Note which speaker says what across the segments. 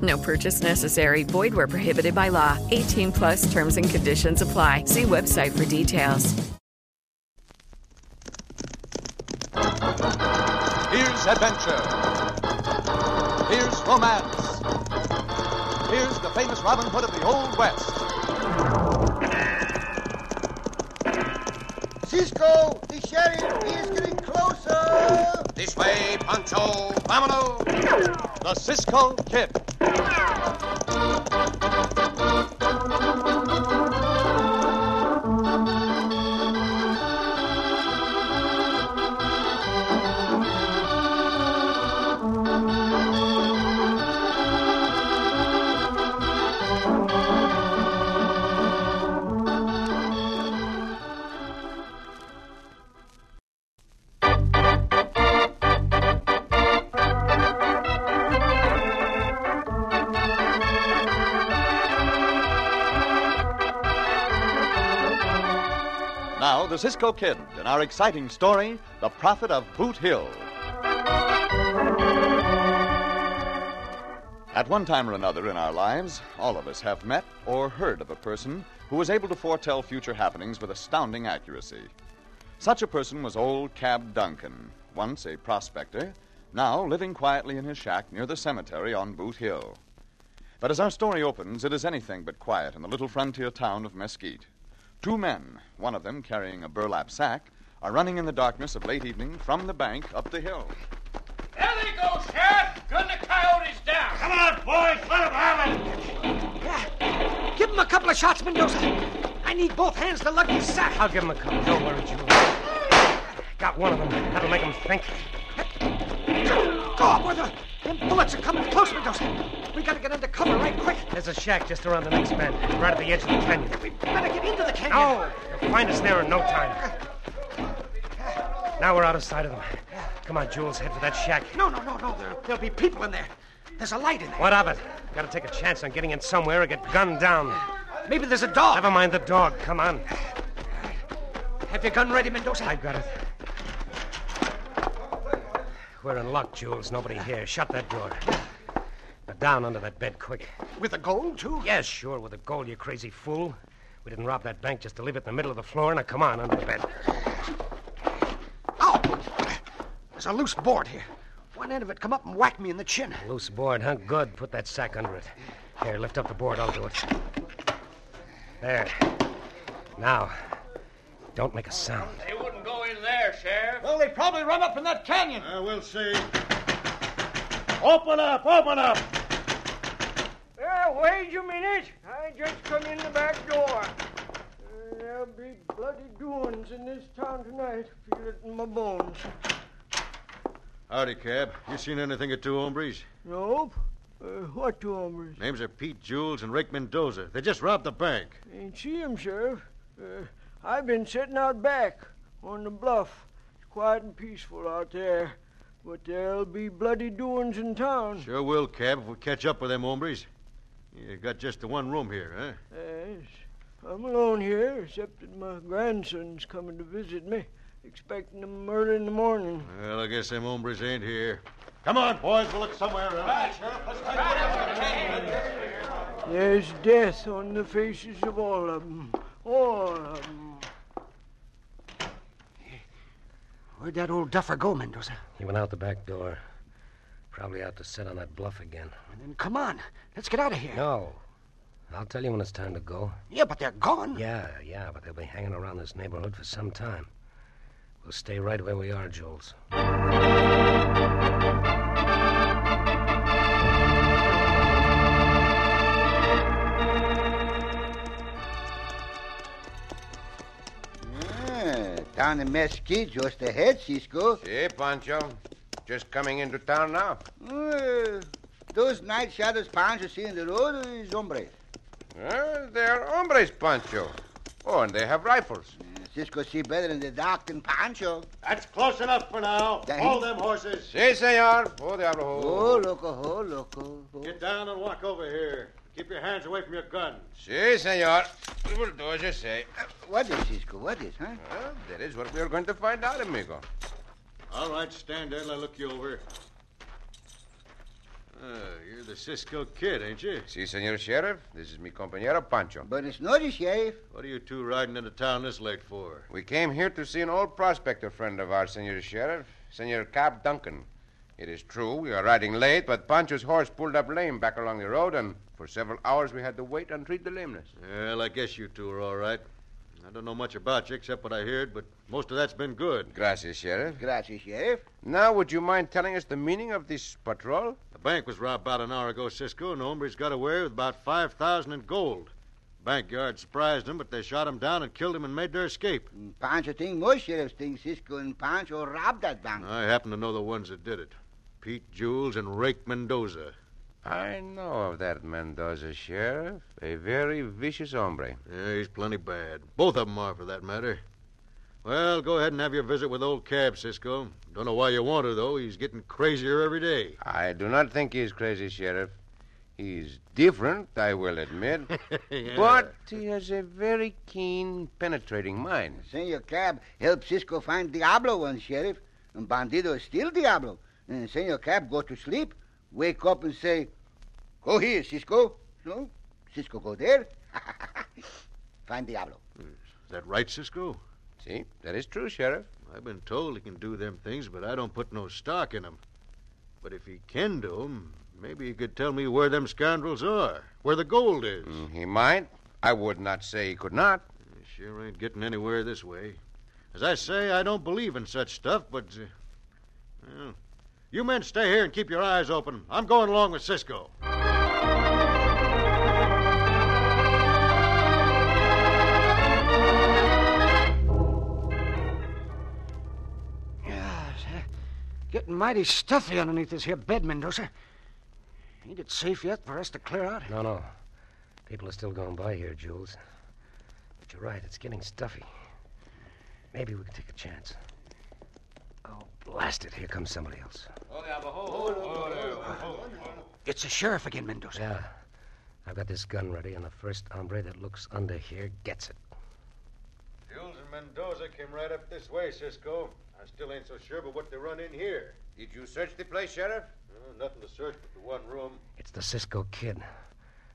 Speaker 1: No purchase necessary. Void where prohibited by law. 18 plus terms and conditions apply. See website for details.
Speaker 2: Here's adventure. Here's romance. Here's the famous Robin Hood of the Old West.
Speaker 3: Cisco, the sheriff is getting closer.
Speaker 2: This way, Pancho. Vamano. The Cisco Kid. Now, the Cisco Kid in our exciting story, The Prophet of Boot Hill. At one time or another in our lives, all of us have met or heard of a person who was able to foretell future happenings with astounding accuracy. Such a person was old Cab Duncan, once a prospector, now living quietly in his shack near the cemetery on Boot Hill. But as our story opens, it is anything but quiet in the little frontier town of Mesquite. Two men, one of them carrying a burlap sack, are running in the darkness of late evening from the bank up the hill.
Speaker 4: There they go, Sheriff! Gun the coyotes down! Come on, boys! Let them have it!
Speaker 5: Give him a couple of shots, Mendoza. I need both hands to lug this sack. I'll give him a couple. Don't worry, Jewel. Got one of them. That'll make him think. Go on, Werther. Them bullets are coming close, Mendoza. We gotta get under cover right quick. There's a shack just around the next bend, right at the edge of the canyon. We better get into the canyon. No,
Speaker 3: Oh.
Speaker 5: they'll find us there in no time. Now we're out of sight of them. Come on, Jules, head for that shack. No, no, no, no. There, there'll be people in there. There's a light in there. What of it? Gotta take a chance on getting in somewhere or get gunned down. Maybe there's a dog. Never mind the dog. Come on. Have your gun ready, Mendoza? I've got it. We're in luck, Jules. Nobody here. Shut that door. Now down under that bed, quick.
Speaker 3: With the gold, too?
Speaker 5: Yes, sure, with the gold, you crazy fool. We didn't rob that bank just to leave it in the middle of the floor. Now, come on, under the bed. Oh.
Speaker 3: Ow! There's a loose board here. One end of it come up and whacked me in the chin.
Speaker 5: Loose board, huh? Good. Put that sack under it. Here, lift up the board. I'll do it. There. Now, don't make a sound.
Speaker 4: They wouldn't go in there, Sheriff.
Speaker 3: Well, they probably run up in that canyon.
Speaker 4: we'll see. Open up! Open up!
Speaker 6: Well, wait a minute. I just come in the back door. Uh, There'll be bloody doings in this town tonight. Feel it in my bones.
Speaker 2: Howdy, Cab. You seen anything of two hombres?
Speaker 6: Nope. Uh, what two hombres?
Speaker 2: Names are Pete Jules and Rick Mendoza. They just robbed the bank.
Speaker 6: Ain't see him, Sheriff. Uh, I've been sitting out back on the bluff. It's quiet and peaceful out there. But there'll be bloody doings in town.
Speaker 2: Sure will, Cab, if we catch up with them hombres. You got just the one room here, huh?
Speaker 6: Yes. I'm alone here, except that my grandson's coming to visit me, expecting him early in the morning.
Speaker 2: Well, I guess them hombres ain't here. Come on, boys. We'll look somewhere else.
Speaker 6: There's death on the faces of all of them. All of them.
Speaker 3: Where'd that old duffer go, Mendoza?
Speaker 5: He went out the back door. Probably out to sit on that bluff again.
Speaker 3: And then come on. Let's get out of here.
Speaker 5: No. I'll tell you when it's time to go.
Speaker 7: Yeah, but they're gone.
Speaker 5: Yeah, yeah, but they'll be hanging around this neighborhood for some time. We'll stay right where we are, Jules.
Speaker 3: Ah, down in Mesquite, just ahead, Cisco.
Speaker 6: Hey, Pancho. Just coming into town now.
Speaker 3: Uh, those night shadows Pancho see in the road is hombres.
Speaker 6: Well, they are hombres, Pancho. Oh, and they have rifles.
Speaker 3: Cisco see better in the dark than Pancho.
Speaker 2: That's close enough for now.
Speaker 3: Dang.
Speaker 2: Hold them horses.
Speaker 6: Si, senor. Oh, diablo.
Speaker 3: Oh, loco, oh, loco. oh.
Speaker 2: Get down and walk over here. Keep your hands away from your gun.
Speaker 6: Si, senor. We will do as you say.
Speaker 3: Uh, What is, Cisco? What is, huh?
Speaker 6: Well, that is what we are going to find out, amigo.
Speaker 2: All right, stand there and I'll look you over. Uh, you're the Cisco kid, ain't you?
Speaker 6: Si, senor sheriff. This is mi compañero Pancho.
Speaker 3: But it's not the sheriff.
Speaker 2: What are you two riding into town this late for?
Speaker 6: We came here to see an old prospector friend of ours, senor sheriff, senor Cab Duncan. It is true we are riding late, but Pancho's horse pulled up lame back along the road, and for several hours we had to wait and treat the lameness.
Speaker 2: Well, I guess you two are all right. I don't know much about you except what I heard, but most of that's been good.
Speaker 6: Gracias, sheriff.
Speaker 3: Gracias, sheriff.
Speaker 6: Now, would you mind telling us the meaning of this patrol?
Speaker 2: The bank was robbed about an hour ago, Cisco, and the hombres got away with about 5000 in gold. Bank guard surprised them, but they shot him down and killed him and made their escape.
Speaker 3: And Pancho think most sheriffs think Cisco and Pancho robbed that bank.
Speaker 2: I happen to know the ones that did it Pete Jules and Rake Mendoza.
Speaker 6: I know of that Mendoza, sheriff. A very vicious hombre.
Speaker 2: Yeah, he's plenty bad. Both of them are, for that matter. Well, go ahead and have your visit with old Cab, Cisco. Don't know why you want to, though. He's getting crazier every day.
Speaker 6: I do not think he's crazy, sheriff. He's different, I will admit.
Speaker 2: Yeah.
Speaker 6: But he has a very keen, penetrating mind.
Speaker 3: Senor Cab helped Cisco find Diablo once, sheriff. And Bandido is still Diablo. And Senor Cab go to sleep, wake up and say, Go here, Cisco. No, Cisco go there. find Diablo.
Speaker 2: Is that right, Cisco?
Speaker 6: See, that is true, sheriff.
Speaker 2: I've been told he can do them things, but I don't put no stock in him. But if he can do 'em, maybe he could tell me where them scoundrels are, where the gold is.
Speaker 3: Mm.
Speaker 6: Mm, He might. I would not say he could not.
Speaker 2: You Sure ain't getting anywhere this way. As I say, I don't believe in such stuff, but. Uh, well, you men stay here and keep your eyes open. I'm going along with Cisco.
Speaker 7: Yes. uh, Getting mighty stuffy underneath this here bed, Mendoza. Ain't it safe yet for us to clear out?
Speaker 5: No, no. People are still going by here, Jules. But you're right, it's getting stuffy. Maybe we can take a chance. Oh, blast it. Here comes somebody else.
Speaker 7: It's the sheriff again, Mendoza.
Speaker 5: Yeah. I've got this gun ready, and the first hombre that looks under here gets it.
Speaker 2: Jules and Mendoza came right up this way, Cisco. I still ain't so sure but what they run in here. Uh,
Speaker 6: Did you search the place, sheriff?
Speaker 2: nothing to search but the one room.
Speaker 5: It's the Cisco Kid.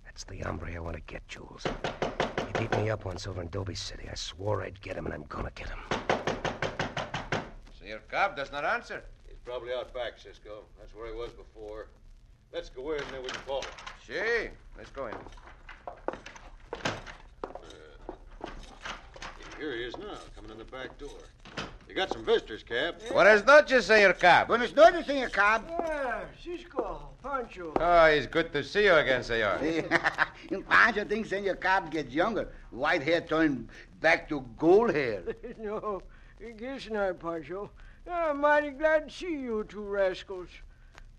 Speaker 5: That's the hombre I want to get, Jules. He beat me up once over in Dobie City. I swore I'd get him, and I'm gonna get him.
Speaker 6: Senor Cobb does not answer.
Speaker 2: He's probably out back, Cisco. That's where he was before. Let's go in there with the ball.
Speaker 6: See, let's go in.
Speaker 2: Here he is now, coming in the back door. You got some visitors, Cab.
Speaker 6: Buenas noches, Senor Cobb.
Speaker 3: Buenas noches, Senor Cab.
Speaker 8: Ah, Cisco, Pancho.
Speaker 6: Oh, it's good to see you again, Senor.
Speaker 3: and Pancho thinks Senor Cab gets younger. White hair turned back to gold hair.
Speaker 8: no, I guess not, Pancho. I'm mighty glad to see you two rascals.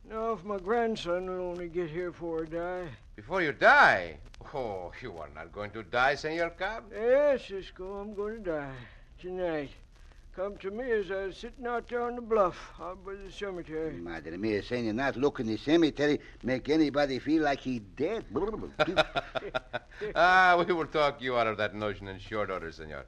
Speaker 8: Now, if my grandson will only get here for a die.
Speaker 6: Before you die. Oh, you are not going to die, Senor Cobb.
Speaker 8: Yes, Cisco, I'm going to die tonight. Come to me as I was sitting out there on the bluff out by the cemetery.
Speaker 3: Madre mia, Senor, not look in the cemetery make anybody feel like he dead.
Speaker 6: ah, we will talk you out of that notion in short order, senor.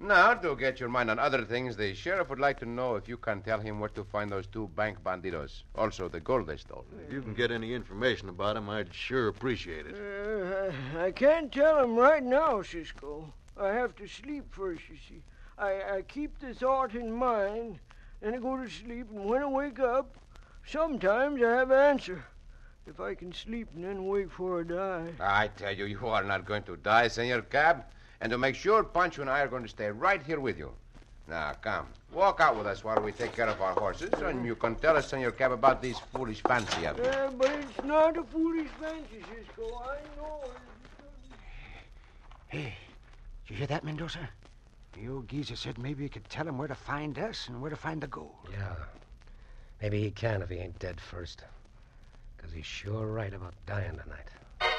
Speaker 6: Now, to get your mind on other things, the sheriff would like to know if you can tell him where to find those two bank bandidos, also the gold they stole.
Speaker 2: If you can get any information about him, I'd sure appreciate it.
Speaker 8: Uh, I, I can't tell him right now, Cisco. I have to sleep first, you see. I, I keep the thought in mind, then I go to sleep, and when I wake up, sometimes I have an answer.
Speaker 9: If I can sleep and then wake for a die.
Speaker 6: I tell you, you are not going to die, Senor Cab. And to make sure, Pancho and I are going to stay right here with you. Now, come. Walk out with us while we take care of our horses, and you can tell us, Senor Cab, about these foolish fancy of yours.
Speaker 9: Yeah, but it's not a foolish fancy, Cisco. I know it.
Speaker 10: Hey, you hear that, Mendoza? The old geezer said maybe he could tell him where to find us and where to find the gold.
Speaker 5: Yeah. Maybe he can if he ain't dead first. Because he's sure right about dying tonight.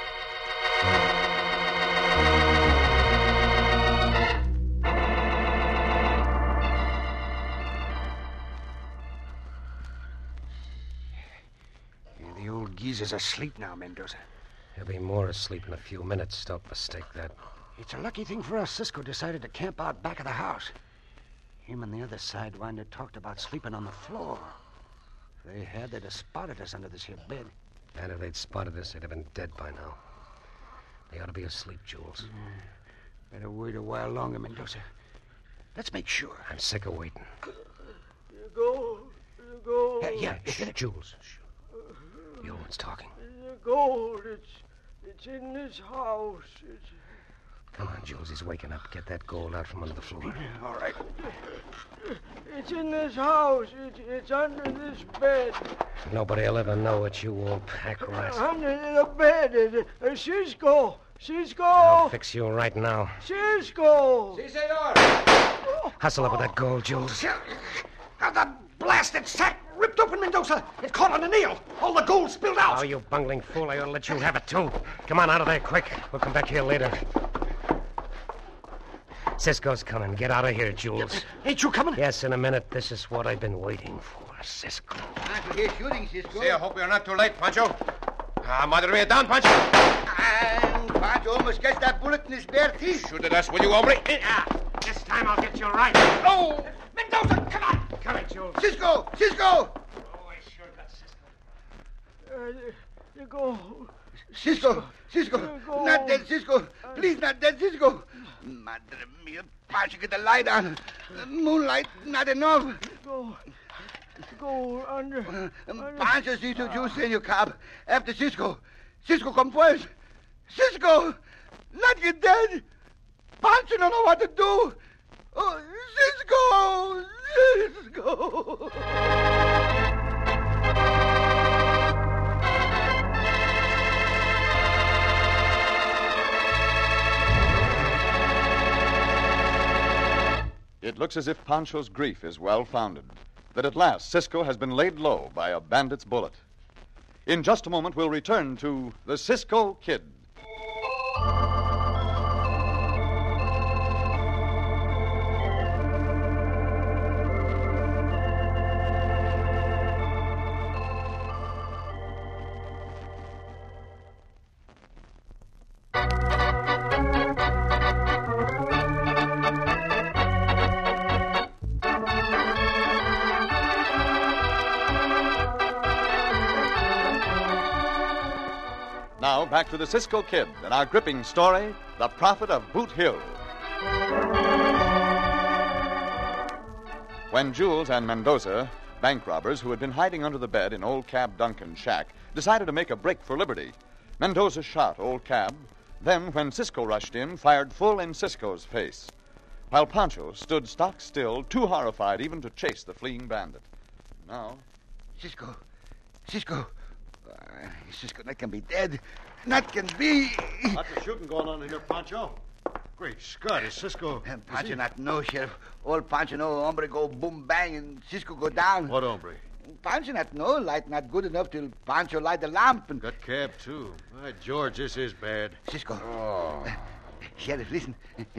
Speaker 10: The old geezer's asleep now, Mendoza.
Speaker 5: He'll be more asleep in a few minutes. Don't mistake that.
Speaker 10: It's a lucky thing for us Cisco decided to camp out back of the house. Him and the other sidewinder talked about sleeping on the floor. If they had, they'd have spotted us under this here bed.
Speaker 5: And if they'd spotted us, they'd have been dead by now. They ought to be asleep, Jules.
Speaker 10: Better wait a while longer, Mendoza. Let's make sure.
Speaker 5: I'm sick of waiting.
Speaker 9: The gold. The gold.
Speaker 5: Yeah, yeah. Jules. The old one's talking.
Speaker 9: The gold. It's, it's in this house. It's,
Speaker 5: Come on, Jules. He's waking up. Get that gold out from under the floor.
Speaker 10: All right.
Speaker 9: it's in this house. It's, it's under this bed.
Speaker 5: Nobody'll ever know it, you old pack rat.
Speaker 9: Under the bed. It, uh, Cisco.
Speaker 5: I'll
Speaker 9: Cisco.
Speaker 5: fix you right now.
Speaker 9: Cisco.
Speaker 10: Si, senor.
Speaker 5: Hustle up with that gold, Jules.
Speaker 10: How the blasted sack ripped open, Mendoza. It caught on a nail. All the gold spilled out.
Speaker 5: Oh, you bungling fool. I ought to let you have it, too. Come on out of there quick. We'll come back here later. Cisco's coming. Get out of here, Jules.
Speaker 10: Ain't you coming?
Speaker 5: Yes, in a minute. This is what I've been waiting for, Cisco.
Speaker 3: Time to hear shooting, Cisco.
Speaker 6: See, I hope you're not too late, Pancho. Ah, Madre Mia, down, Pancho.
Speaker 3: And Pancho almost gets that bullet in his bare teeth.
Speaker 6: Shoot at us, will you, hombre?
Speaker 11: Eh, ah, This time I'll get you right.
Speaker 10: Oh! Mendoza, come on!
Speaker 11: Come here, Jules.
Speaker 3: Cisco! Cisco!
Speaker 9: Uh, the gold.
Speaker 3: Cisco! Cisco! Not dead, Cisco! Please, not dead, Cisco! Madre mia, Pancho, get the light on. The moonlight, not enough.
Speaker 9: Go. Go under.
Speaker 3: Pancho sees to you, Senor Cobb. After Cisco. Cisco, come first. Cisco! Not get dead! Pancho don't know what to do! Oh, Cisco! Cisco!
Speaker 2: It looks as if Pancho's grief is well founded, that at last Cisco has been laid low by a bandit's bullet. In just a moment, we'll return to the Cisco Kid. Now back to the Cisco Kid and our gripping story The Prophet of Boot Hill. When Jules and Mendoza, bank robbers who had been hiding under the bed in Old Cab Duncan's shack, decided to make a break for liberty, Mendoza shot Old Cab, then, when Cisco rushed in, fired full in Cisco's face, while Pancho stood stock still, too horrified even to chase the fleeing bandit. Now,
Speaker 3: Cisco! Cisco! Uh, Cisco, that can be dead. That can be.
Speaker 12: Lots of shooting going on here, Pancho. Great Scott, is Cisco.
Speaker 3: Pancho not know, Sheriff. All Pancho know, hombre go boom bang and Cisco go down.
Speaker 12: What, hombre?
Speaker 3: Pancho not know, light not good enough till Pancho light the lamp and...
Speaker 12: Got cab, too. My George, this is bad.
Speaker 3: Cisco.
Speaker 6: Oh.
Speaker 3: Sheriff, listen.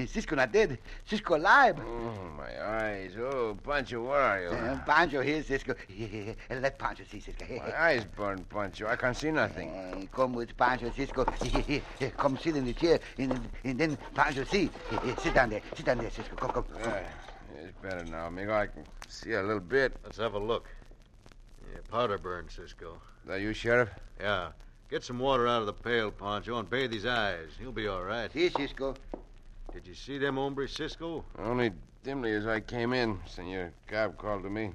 Speaker 3: Cisco not dead. Cisco alive.
Speaker 6: Oh, my eyes. Oh, Pancho, where are you?
Speaker 3: Uh, Pancho here, Cisco. Let Pancho see Cisco.
Speaker 6: My eyes burn, Pancho. I can't see nothing.
Speaker 3: Uh, come with Pancho, Cisco. come sit in the chair, and, and then Pancho see. sit down there. Sit down there, Cisco. Come, come.
Speaker 6: Uh, it's better now, amigo. I can see a little bit.
Speaker 12: Let's have a look. Yeah, powder burn, Cisco.
Speaker 6: that you, Sheriff?
Speaker 12: Yeah. Get some water out of the pail, Pancho, and bathe his eyes. He'll be all right.
Speaker 3: See, Cisco.
Speaker 12: Did you see them hombre, Cisco?
Speaker 6: Only dimly as I came in, Senor Cobb called to me.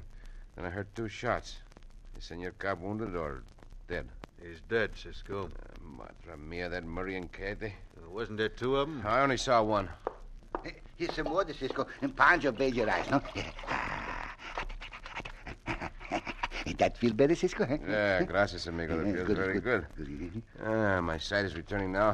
Speaker 6: Then I heard two shots. Is Senor Cobb wounded or dead? He's dead, Cisco. Madre mia, that Murray and Katie.
Speaker 2: Uh,
Speaker 6: wasn't there two of them? I only saw one.
Speaker 3: Here's some water, Cisco, and Pancho bathe your eyes, no? that feel better, Cisco? Huh?
Speaker 6: Yeah, gracias, amigo. That
Speaker 3: Yeah,
Speaker 6: feels
Speaker 3: good,
Speaker 6: very good. Ah, my sight is returning now.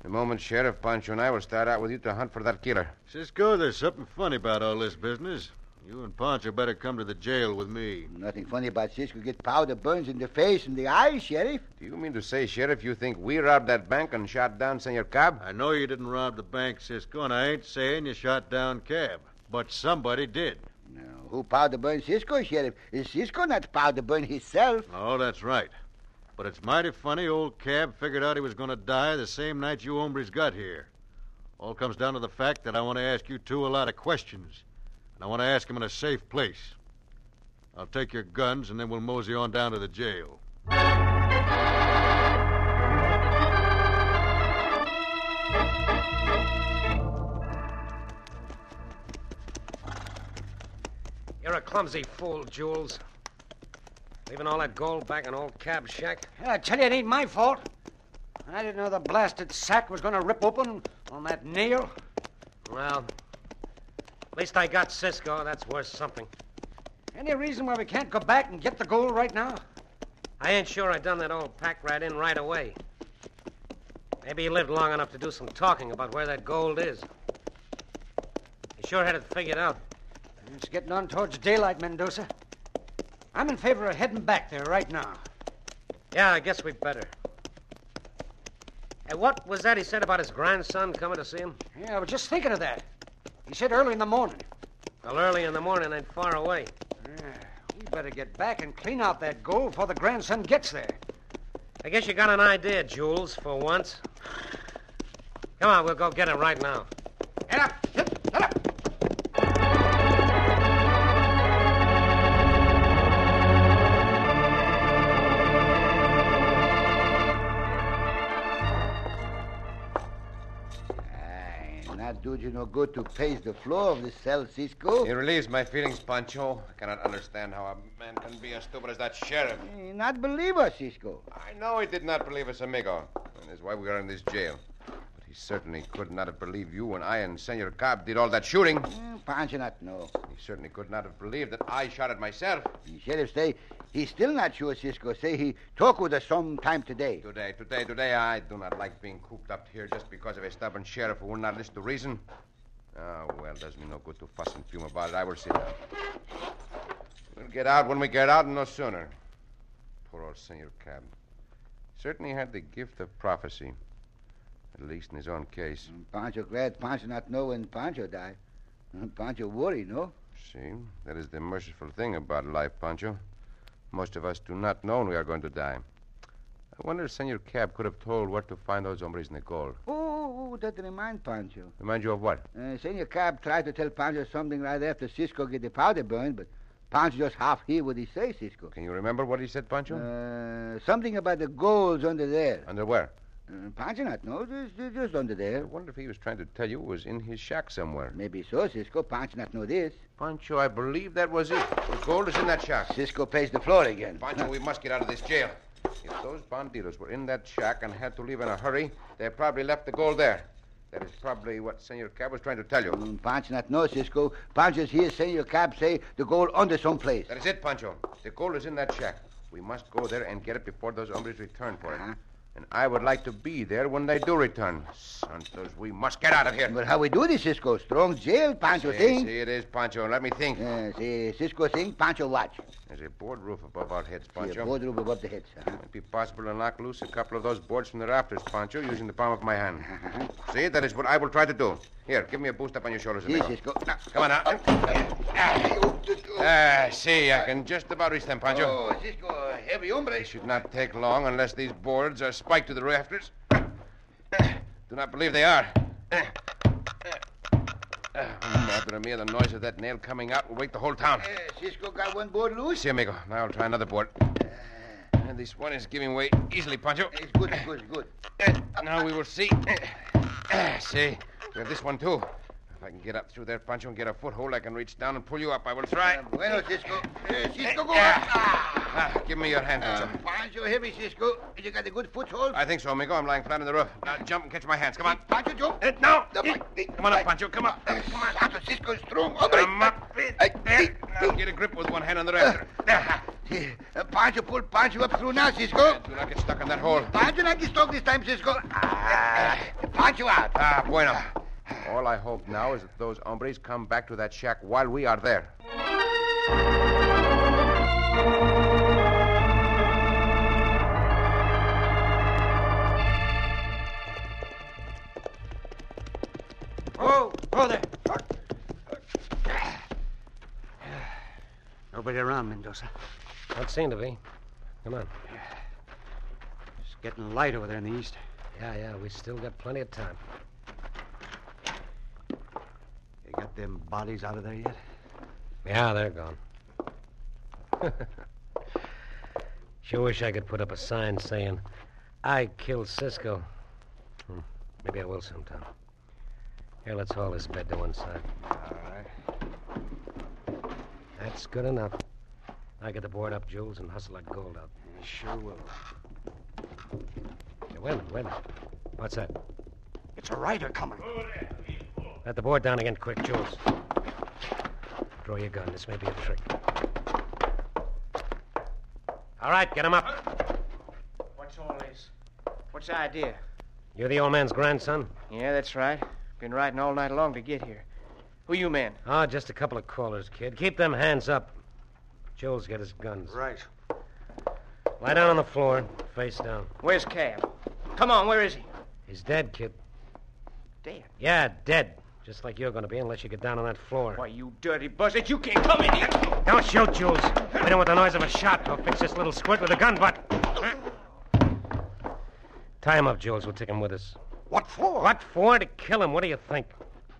Speaker 6: In a moment, Sheriff Pancho and I will start out with you to hunt for that killer.
Speaker 2: Cisco, there's something funny about all this business. You and Poncho better come to the jail with me.
Speaker 3: Nothing funny about Cisco. Get powder burns in the face and the eyes, Sheriff.
Speaker 6: Do you mean to say, Sheriff, you think we robbed that bank and shot down Senor Cobb?
Speaker 2: I know you didn't rob the bank, Cisco, and I ain't saying you shot down Cab, but somebody did.
Speaker 3: Who powder burns Cisco, Sheriff? Is Cisco not powder burn himself?
Speaker 2: Oh, that's right. But it's mighty funny old Cab figured out he was going to die the same night you hombres got here. All comes down to the fact that I want to ask you two a lot of questions, and I want to ask 'em in a safe place. I'll take your guns, and then we'll mosey on down to the jail.
Speaker 5: You're a clumsy fool, Jules. Leaving all that gold back in old cab shack.
Speaker 13: Yeah, I tell you, it ain't my fault. I didn't know the blasted sack was going to rip open on that nail.
Speaker 5: Well, at least I got Cisco. That's worth something.
Speaker 13: Any reason why we can't go back and get the gold right now?
Speaker 5: I ain't sure I done that old pack rat in right away. Maybe he lived long enough to do some talking about where that gold is. He sure had it figured out.
Speaker 13: It's getting on towards daylight, Mendoza. I'm in favor of heading back there right now.
Speaker 5: Yeah, I guess we better. Hey, what was that he said about his grandson coming to see him?
Speaker 13: Yeah, I was just thinking of that. He said early in the morning.
Speaker 5: Well, early in the morning ain't far away.
Speaker 13: We better get back and clean out that gold before the grandson gets there.
Speaker 5: I guess you got an idea, Jules, for once. Come on, we'll go get it right now. Get up! Get up!
Speaker 3: And that dude, you no good to pace the floor of the cell, Cisco.
Speaker 6: It relieves my feelings, Pancho. I cannot understand how a man can be as stupid as that sheriff.
Speaker 3: Eh, Not believe us, Cisco.
Speaker 6: I know he did not believe us, amigo. That is why we are in this jail. But he certainly could not have believed you and I and Senor Cobb did all that shooting.
Speaker 3: Eh, Pancho not know.
Speaker 6: He certainly could not have believed that I shot it myself.
Speaker 3: The sheriff say he's still not sure, Cisco. Say he talk with us sometime today.
Speaker 6: Today, today, today, I do not like being cooped up here just because of a stubborn sheriff who will not listen to reason. Ah, well, does me no good to fuss and fume about it. I will sit down. We'll get out when we get out, and no sooner. Poor old Senor Cab. Certainly had the gift of prophecy, at least in his own case.
Speaker 3: Pancho glad Pancho not know when Pancho die. Pancho worry, no?
Speaker 6: See, that is the merciful thing about life, Pancho. Most of us do not know when we are going to die. I wonder if Senor Cab could have told where to find those hombres in the gold.
Speaker 3: Oh, that remind Pancho.
Speaker 6: Remind you of what?
Speaker 3: Uh, Senor Cab tried to tell Pancho something right after Cisco get the powder burn, but Pancho just half hear what he say, Cisco.
Speaker 6: Can you remember what he said, Pancho?
Speaker 3: Uh, something about the golds under there.
Speaker 6: Under where?
Speaker 3: Uh, Pancho not know, just, just under there. I
Speaker 6: wonder if he was trying to tell you it was in his shack somewhere.
Speaker 3: Maybe so, Cisco. Pancho not know this.
Speaker 6: Pancho, I believe that was it. The gold is in that shack.
Speaker 3: Cisco pays the floor again.
Speaker 6: Pancho, we must get out of this jail. If those bandidos were in that shack and had to leave in a hurry, they probably left the gold there. That is probably what Senor Cab was trying to tell you.
Speaker 3: Mm, Pancho not know, Cisco. Pancho's here Senor Cab say the gold under someplace.
Speaker 6: That is it, Pancho. The gold is in that shack. We must go there and get it before those hombres return for
Speaker 3: Uh-huh.
Speaker 6: it. And I would like to be there when they do return. Santos, we must get out of here.
Speaker 3: But how we do this, Cisco? Strong jail, Pancho
Speaker 6: see,
Speaker 3: think.
Speaker 6: see, it is, Pancho. Let me think.
Speaker 3: Uh, see, Cisco think, Pancho watch.
Speaker 6: There's a board roof above our heads, Pancho.
Speaker 3: See, a board roof above the heads. uh-huh. huh?
Speaker 6: Might be possible to knock loose a couple of those boards from the rafters, Pancho, using the palm of my hand. See, that is what I will try to do. Here, give me a boost up on your shoulders,
Speaker 3: Yes,
Speaker 6: amigo.
Speaker 3: yes, go.
Speaker 6: Come on now.
Speaker 3: Oh,
Speaker 6: Ah, see, I can just about reach them, Pancho.
Speaker 3: Oh, Cisco, heavy hombre.
Speaker 6: It should not take long unless these boards are spiked to the rafters. Do not believe they are. Ah, Madre mia, the noise of that nail coming out will wake the whole town.
Speaker 3: Eh, Cisco got one board loose.
Speaker 6: See, amigo. Now I'll try another board. Ah, this one is giving way easily, Pancho.
Speaker 3: It's good, it's good, it's good.
Speaker 6: Eh, Now we will see. Ah, See, we have this one too. If I can get up through there, eh.
Speaker 3: Um,
Speaker 6: Pancho, and get a foothold, I can reach down and pull you up. I will try. Eh,
Speaker 3: Bueno, Cisco. Eh, Cisco, go. Ah.
Speaker 6: Ah, give me your hand, Pancho.
Speaker 3: Pancho heavy, Cisco. You got a good foothold?
Speaker 6: I think so, amigo. I'm lying flat on the roof. Now jump and catch my hands. Come on.
Speaker 3: Pancho, jump.
Speaker 6: Uh, no. Come on up, Pancho. Come up. Come on.
Speaker 3: Pancho, Cisco's strong. Eh,
Speaker 6: Come up. There. Now get a grip with one hand on the rafter.
Speaker 3: Uh, Eh, Pancho, pull Pancho up through now, Cisco.
Speaker 6: Do not get stuck in that hole.
Speaker 3: Pancho not get stuck this time, Cisco. Ah, Pancho out.
Speaker 6: Ah, bueno. All I hope now is that those hombres come back to that shack while we are there.
Speaker 11: Oh, oh, there. Nobody
Speaker 10: around, Mendoza.
Speaker 5: Don't seem to be. Come on.
Speaker 10: It's getting light over there in the east.
Speaker 5: Yeah, yeah, we still got plenty of time.
Speaker 10: You got them bodies out of there yet?
Speaker 5: Yeah, they're gone. sure wish I could put up a sign saying, I killed Cisco. Hmm, maybe I will sometime. Here, let's haul this bed to one side.
Speaker 10: All right.
Speaker 5: That's good enough. I get the board up, Jules, and hustle that gold out.
Speaker 10: You sure will.
Speaker 5: Hey, wait a minute, wait a minute. What's that?
Speaker 10: It's a rider coming.
Speaker 5: Let the board down again, quick, Jules. Draw your gun. This may be a trick. All right, get him up.
Speaker 14: What's all this? What's the idea?
Speaker 5: You're the old man's grandson?
Speaker 14: Yeah, that's right. Been riding all night long to get here. Who you men?
Speaker 5: Ah, just a couple of callers, kid. Keep them hands up. Jules, get his guns.
Speaker 14: Right.
Speaker 5: Lie down on the floor, face down.
Speaker 14: Where's Cab? Come on, where is he?
Speaker 5: He's dead, kid.
Speaker 14: Dead.
Speaker 5: Yeah, dead. Just like you're going to be unless you get down on that floor.
Speaker 14: Why, you dirty buzzard, you can't come in here.
Speaker 5: Don't shoot, Jules. We don't want the noise of a shot. We'll fix this little squirt with a gun butt. Tie him up, Jules. We'll take him with us.
Speaker 10: What for?
Speaker 5: What for? To kill him. What do you think?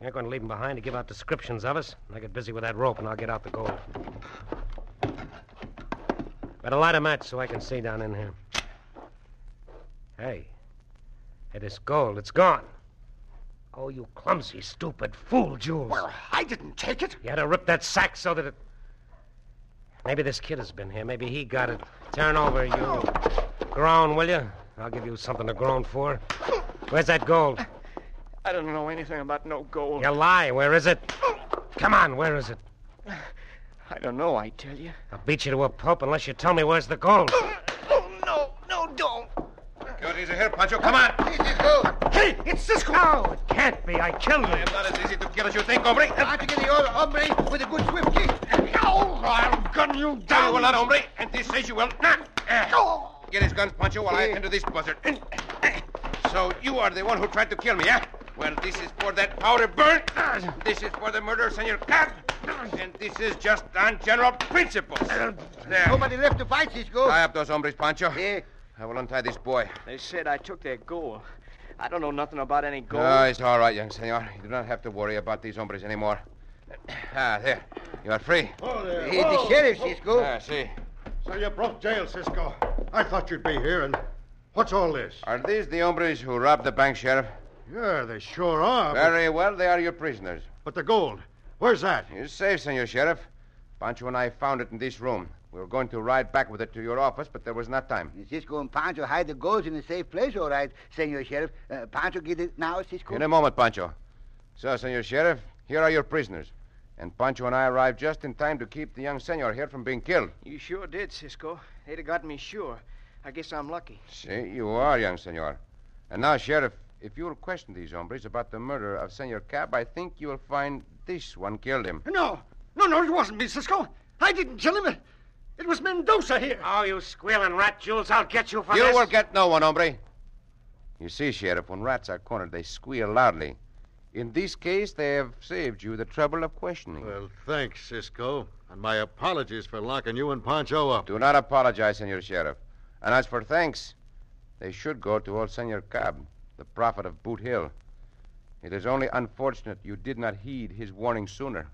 Speaker 5: You're going to leave him behind to give out descriptions of us. Now get busy with that rope, and I'll get out the gold. Better light a match so I can see down in here. Hey. Hey, this gold, it's gone. Oh, you clumsy, stupid fool, Jules.
Speaker 10: Well, I didn't take it.
Speaker 5: You had to rip that sack so that it. Maybe this kid has been here. Maybe he got it. Turn over, you. Groan, will you? I'll give you something to groan for. Where's that gold?
Speaker 14: I don't know anything about no gold.
Speaker 5: You lie. Where is it? Come on, where is it?
Speaker 14: I don't know, I tell you.
Speaker 5: I'll beat you to a pulp unless you tell me where's the gold.
Speaker 14: Oh, no, no, don't.
Speaker 6: Good, easy here, Pancho. Come on.
Speaker 11: Hey, it's Cisco.
Speaker 5: No, it can't be. I killed
Speaker 6: I
Speaker 5: him.
Speaker 6: am not as easy to kill as you think, hombre.
Speaker 3: Pancho, get the old hombre with a good swift kick.
Speaker 6: Oh, I'll gun you down. You will not, hombre. And this says you will not. Uh, Get his guns, Pancho, while I attend to this buzzard. So you are the one who tried to kill me, eh? Well, this is for that powder burn. This is for the murder of Senor Cab. And this is just on general principles. There.
Speaker 3: Nobody left to fight, Cisco.
Speaker 6: Tie up those hombres, Pancho. I will untie this boy.
Speaker 14: They said I took their gold. I don't know nothing about any gold.
Speaker 3: Uh,
Speaker 6: Oh, it's all right, young senor. You do not have to worry about these hombres anymore. Ah, there. You are free.
Speaker 3: Oh, there. Hey, the sheriff, Cisco.
Speaker 10: Uh,
Speaker 6: Ah, see.
Speaker 12: So you broke Oh, jail, Cisco. I thought you'd be here, and what's all this?
Speaker 6: Are these the hombres who robbed the bank, Sheriff?
Speaker 12: Yeah, they sure are. but-
Speaker 6: Very well, they are your prisoners.
Speaker 12: But the gold, where's that?
Speaker 6: You're safe, Senor Sheriff. Pancho and I found it in this room. We were going to ride back with it to your office, but there was not time.
Speaker 3: Cisco and Pancho hide the gold in a safe place, all right, Senor Sheriff. Uh, Pancho, get it now, Cisco.
Speaker 6: In a moment, Pancho. So, Senor Sheriff, here are your prisoners. And Pancho and I arrived just in time to keep the young senor here from being killed.
Speaker 14: You sure did, Cisco. They'd have got me sure. I guess I'm lucky.
Speaker 6: See, you are, young senor. And now, Sheriff, if you will question these hombres about the murder of Senor Cab, I think you will find this one killed him.
Speaker 11: No, no, no, it wasn't me, Cisco. I didn't kill him. It, it was Mendoza here.
Speaker 5: Oh, you squealing rat, Jules. I'll get you for
Speaker 6: You
Speaker 5: this.
Speaker 6: will get no one, hombre. You see, Sheriff, when rats are cornered, they squeal loudly. In this case, they have saved you the trouble of questioning.
Speaker 12: Well, thanks, Cisco. And my apologies for locking you and Pancho up.
Speaker 6: Do not apologize, Senor Sheriff. And as for thanks, they should go to old Senor Cobb, the prophet of Boot Hill. It is only unfortunate you did not heed his warning sooner.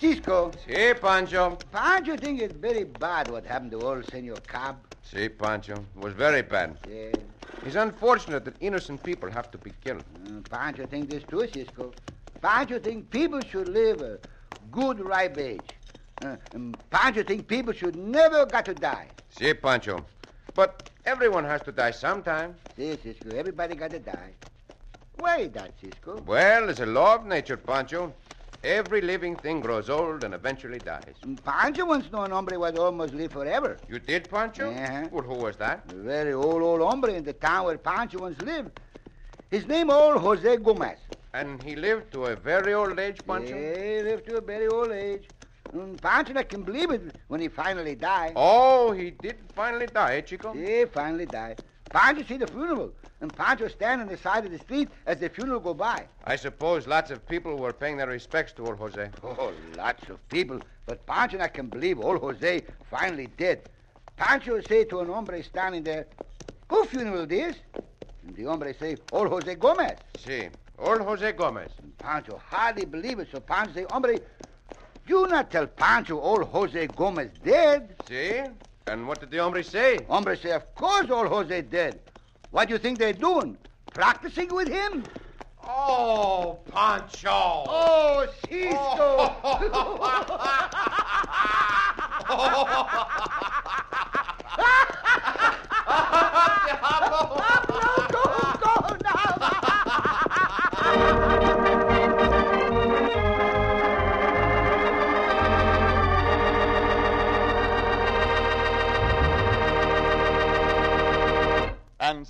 Speaker 3: Cisco.
Speaker 6: Si, Pancho.
Speaker 3: Pancho think it's very bad what happened to old Senor Cobb.
Speaker 6: Si, Pancho. It was very bad.
Speaker 3: Yeah.
Speaker 6: It's unfortunate that innocent people have to be killed.
Speaker 3: Uh, Pancho think this too, Cisco. Pancho think people should live a good, ripe age. Uh, and Pancho think people should never got to die.
Speaker 6: Si, Pancho. But everyone has to die sometime.
Speaker 3: See, Cisco, everybody got to die. Why that, Cisco?
Speaker 6: Well, it's a law of nature, Pancho. Every living thing grows old and eventually dies.
Speaker 3: Pancho once knew an hombre was almost live forever.
Speaker 6: You did, Pancho?
Speaker 3: Yeah.
Speaker 6: Well, who was that?
Speaker 3: A very old, old hombre in the town where Pancho once lived. His name old Jose Gomez.
Speaker 6: And he lived to a very old age, Pancho?
Speaker 3: He lived to a very old age. Mm, Pancho, I can believe it when he finally died.
Speaker 6: Oh, he did finally die, eh, Chico?
Speaker 3: He finally died. Pancho see the funeral, and Pancho stand on the side of the street as the funeral go by.
Speaker 6: I suppose lots of people were paying their respects to old Jose.
Speaker 3: Oh, lots of people. But Pancho, I can believe old Jose finally dead. Pancho say to an hombre standing there, who funeral this? And the hombre say, old Jose Gomez.
Speaker 6: Si. Old Jose Gomez.
Speaker 3: Pancho hardly believe it, so Pancho say, hombre, you not tell Pancho old Jose Gomez dead.
Speaker 6: See? And what did the hombre say?
Speaker 3: Hombre say, of course old Jose dead. What do you think they're doing? Practicing with him?
Speaker 6: Oh, Pancho.
Speaker 3: Oh, Cisco. Oh,
Speaker 2: And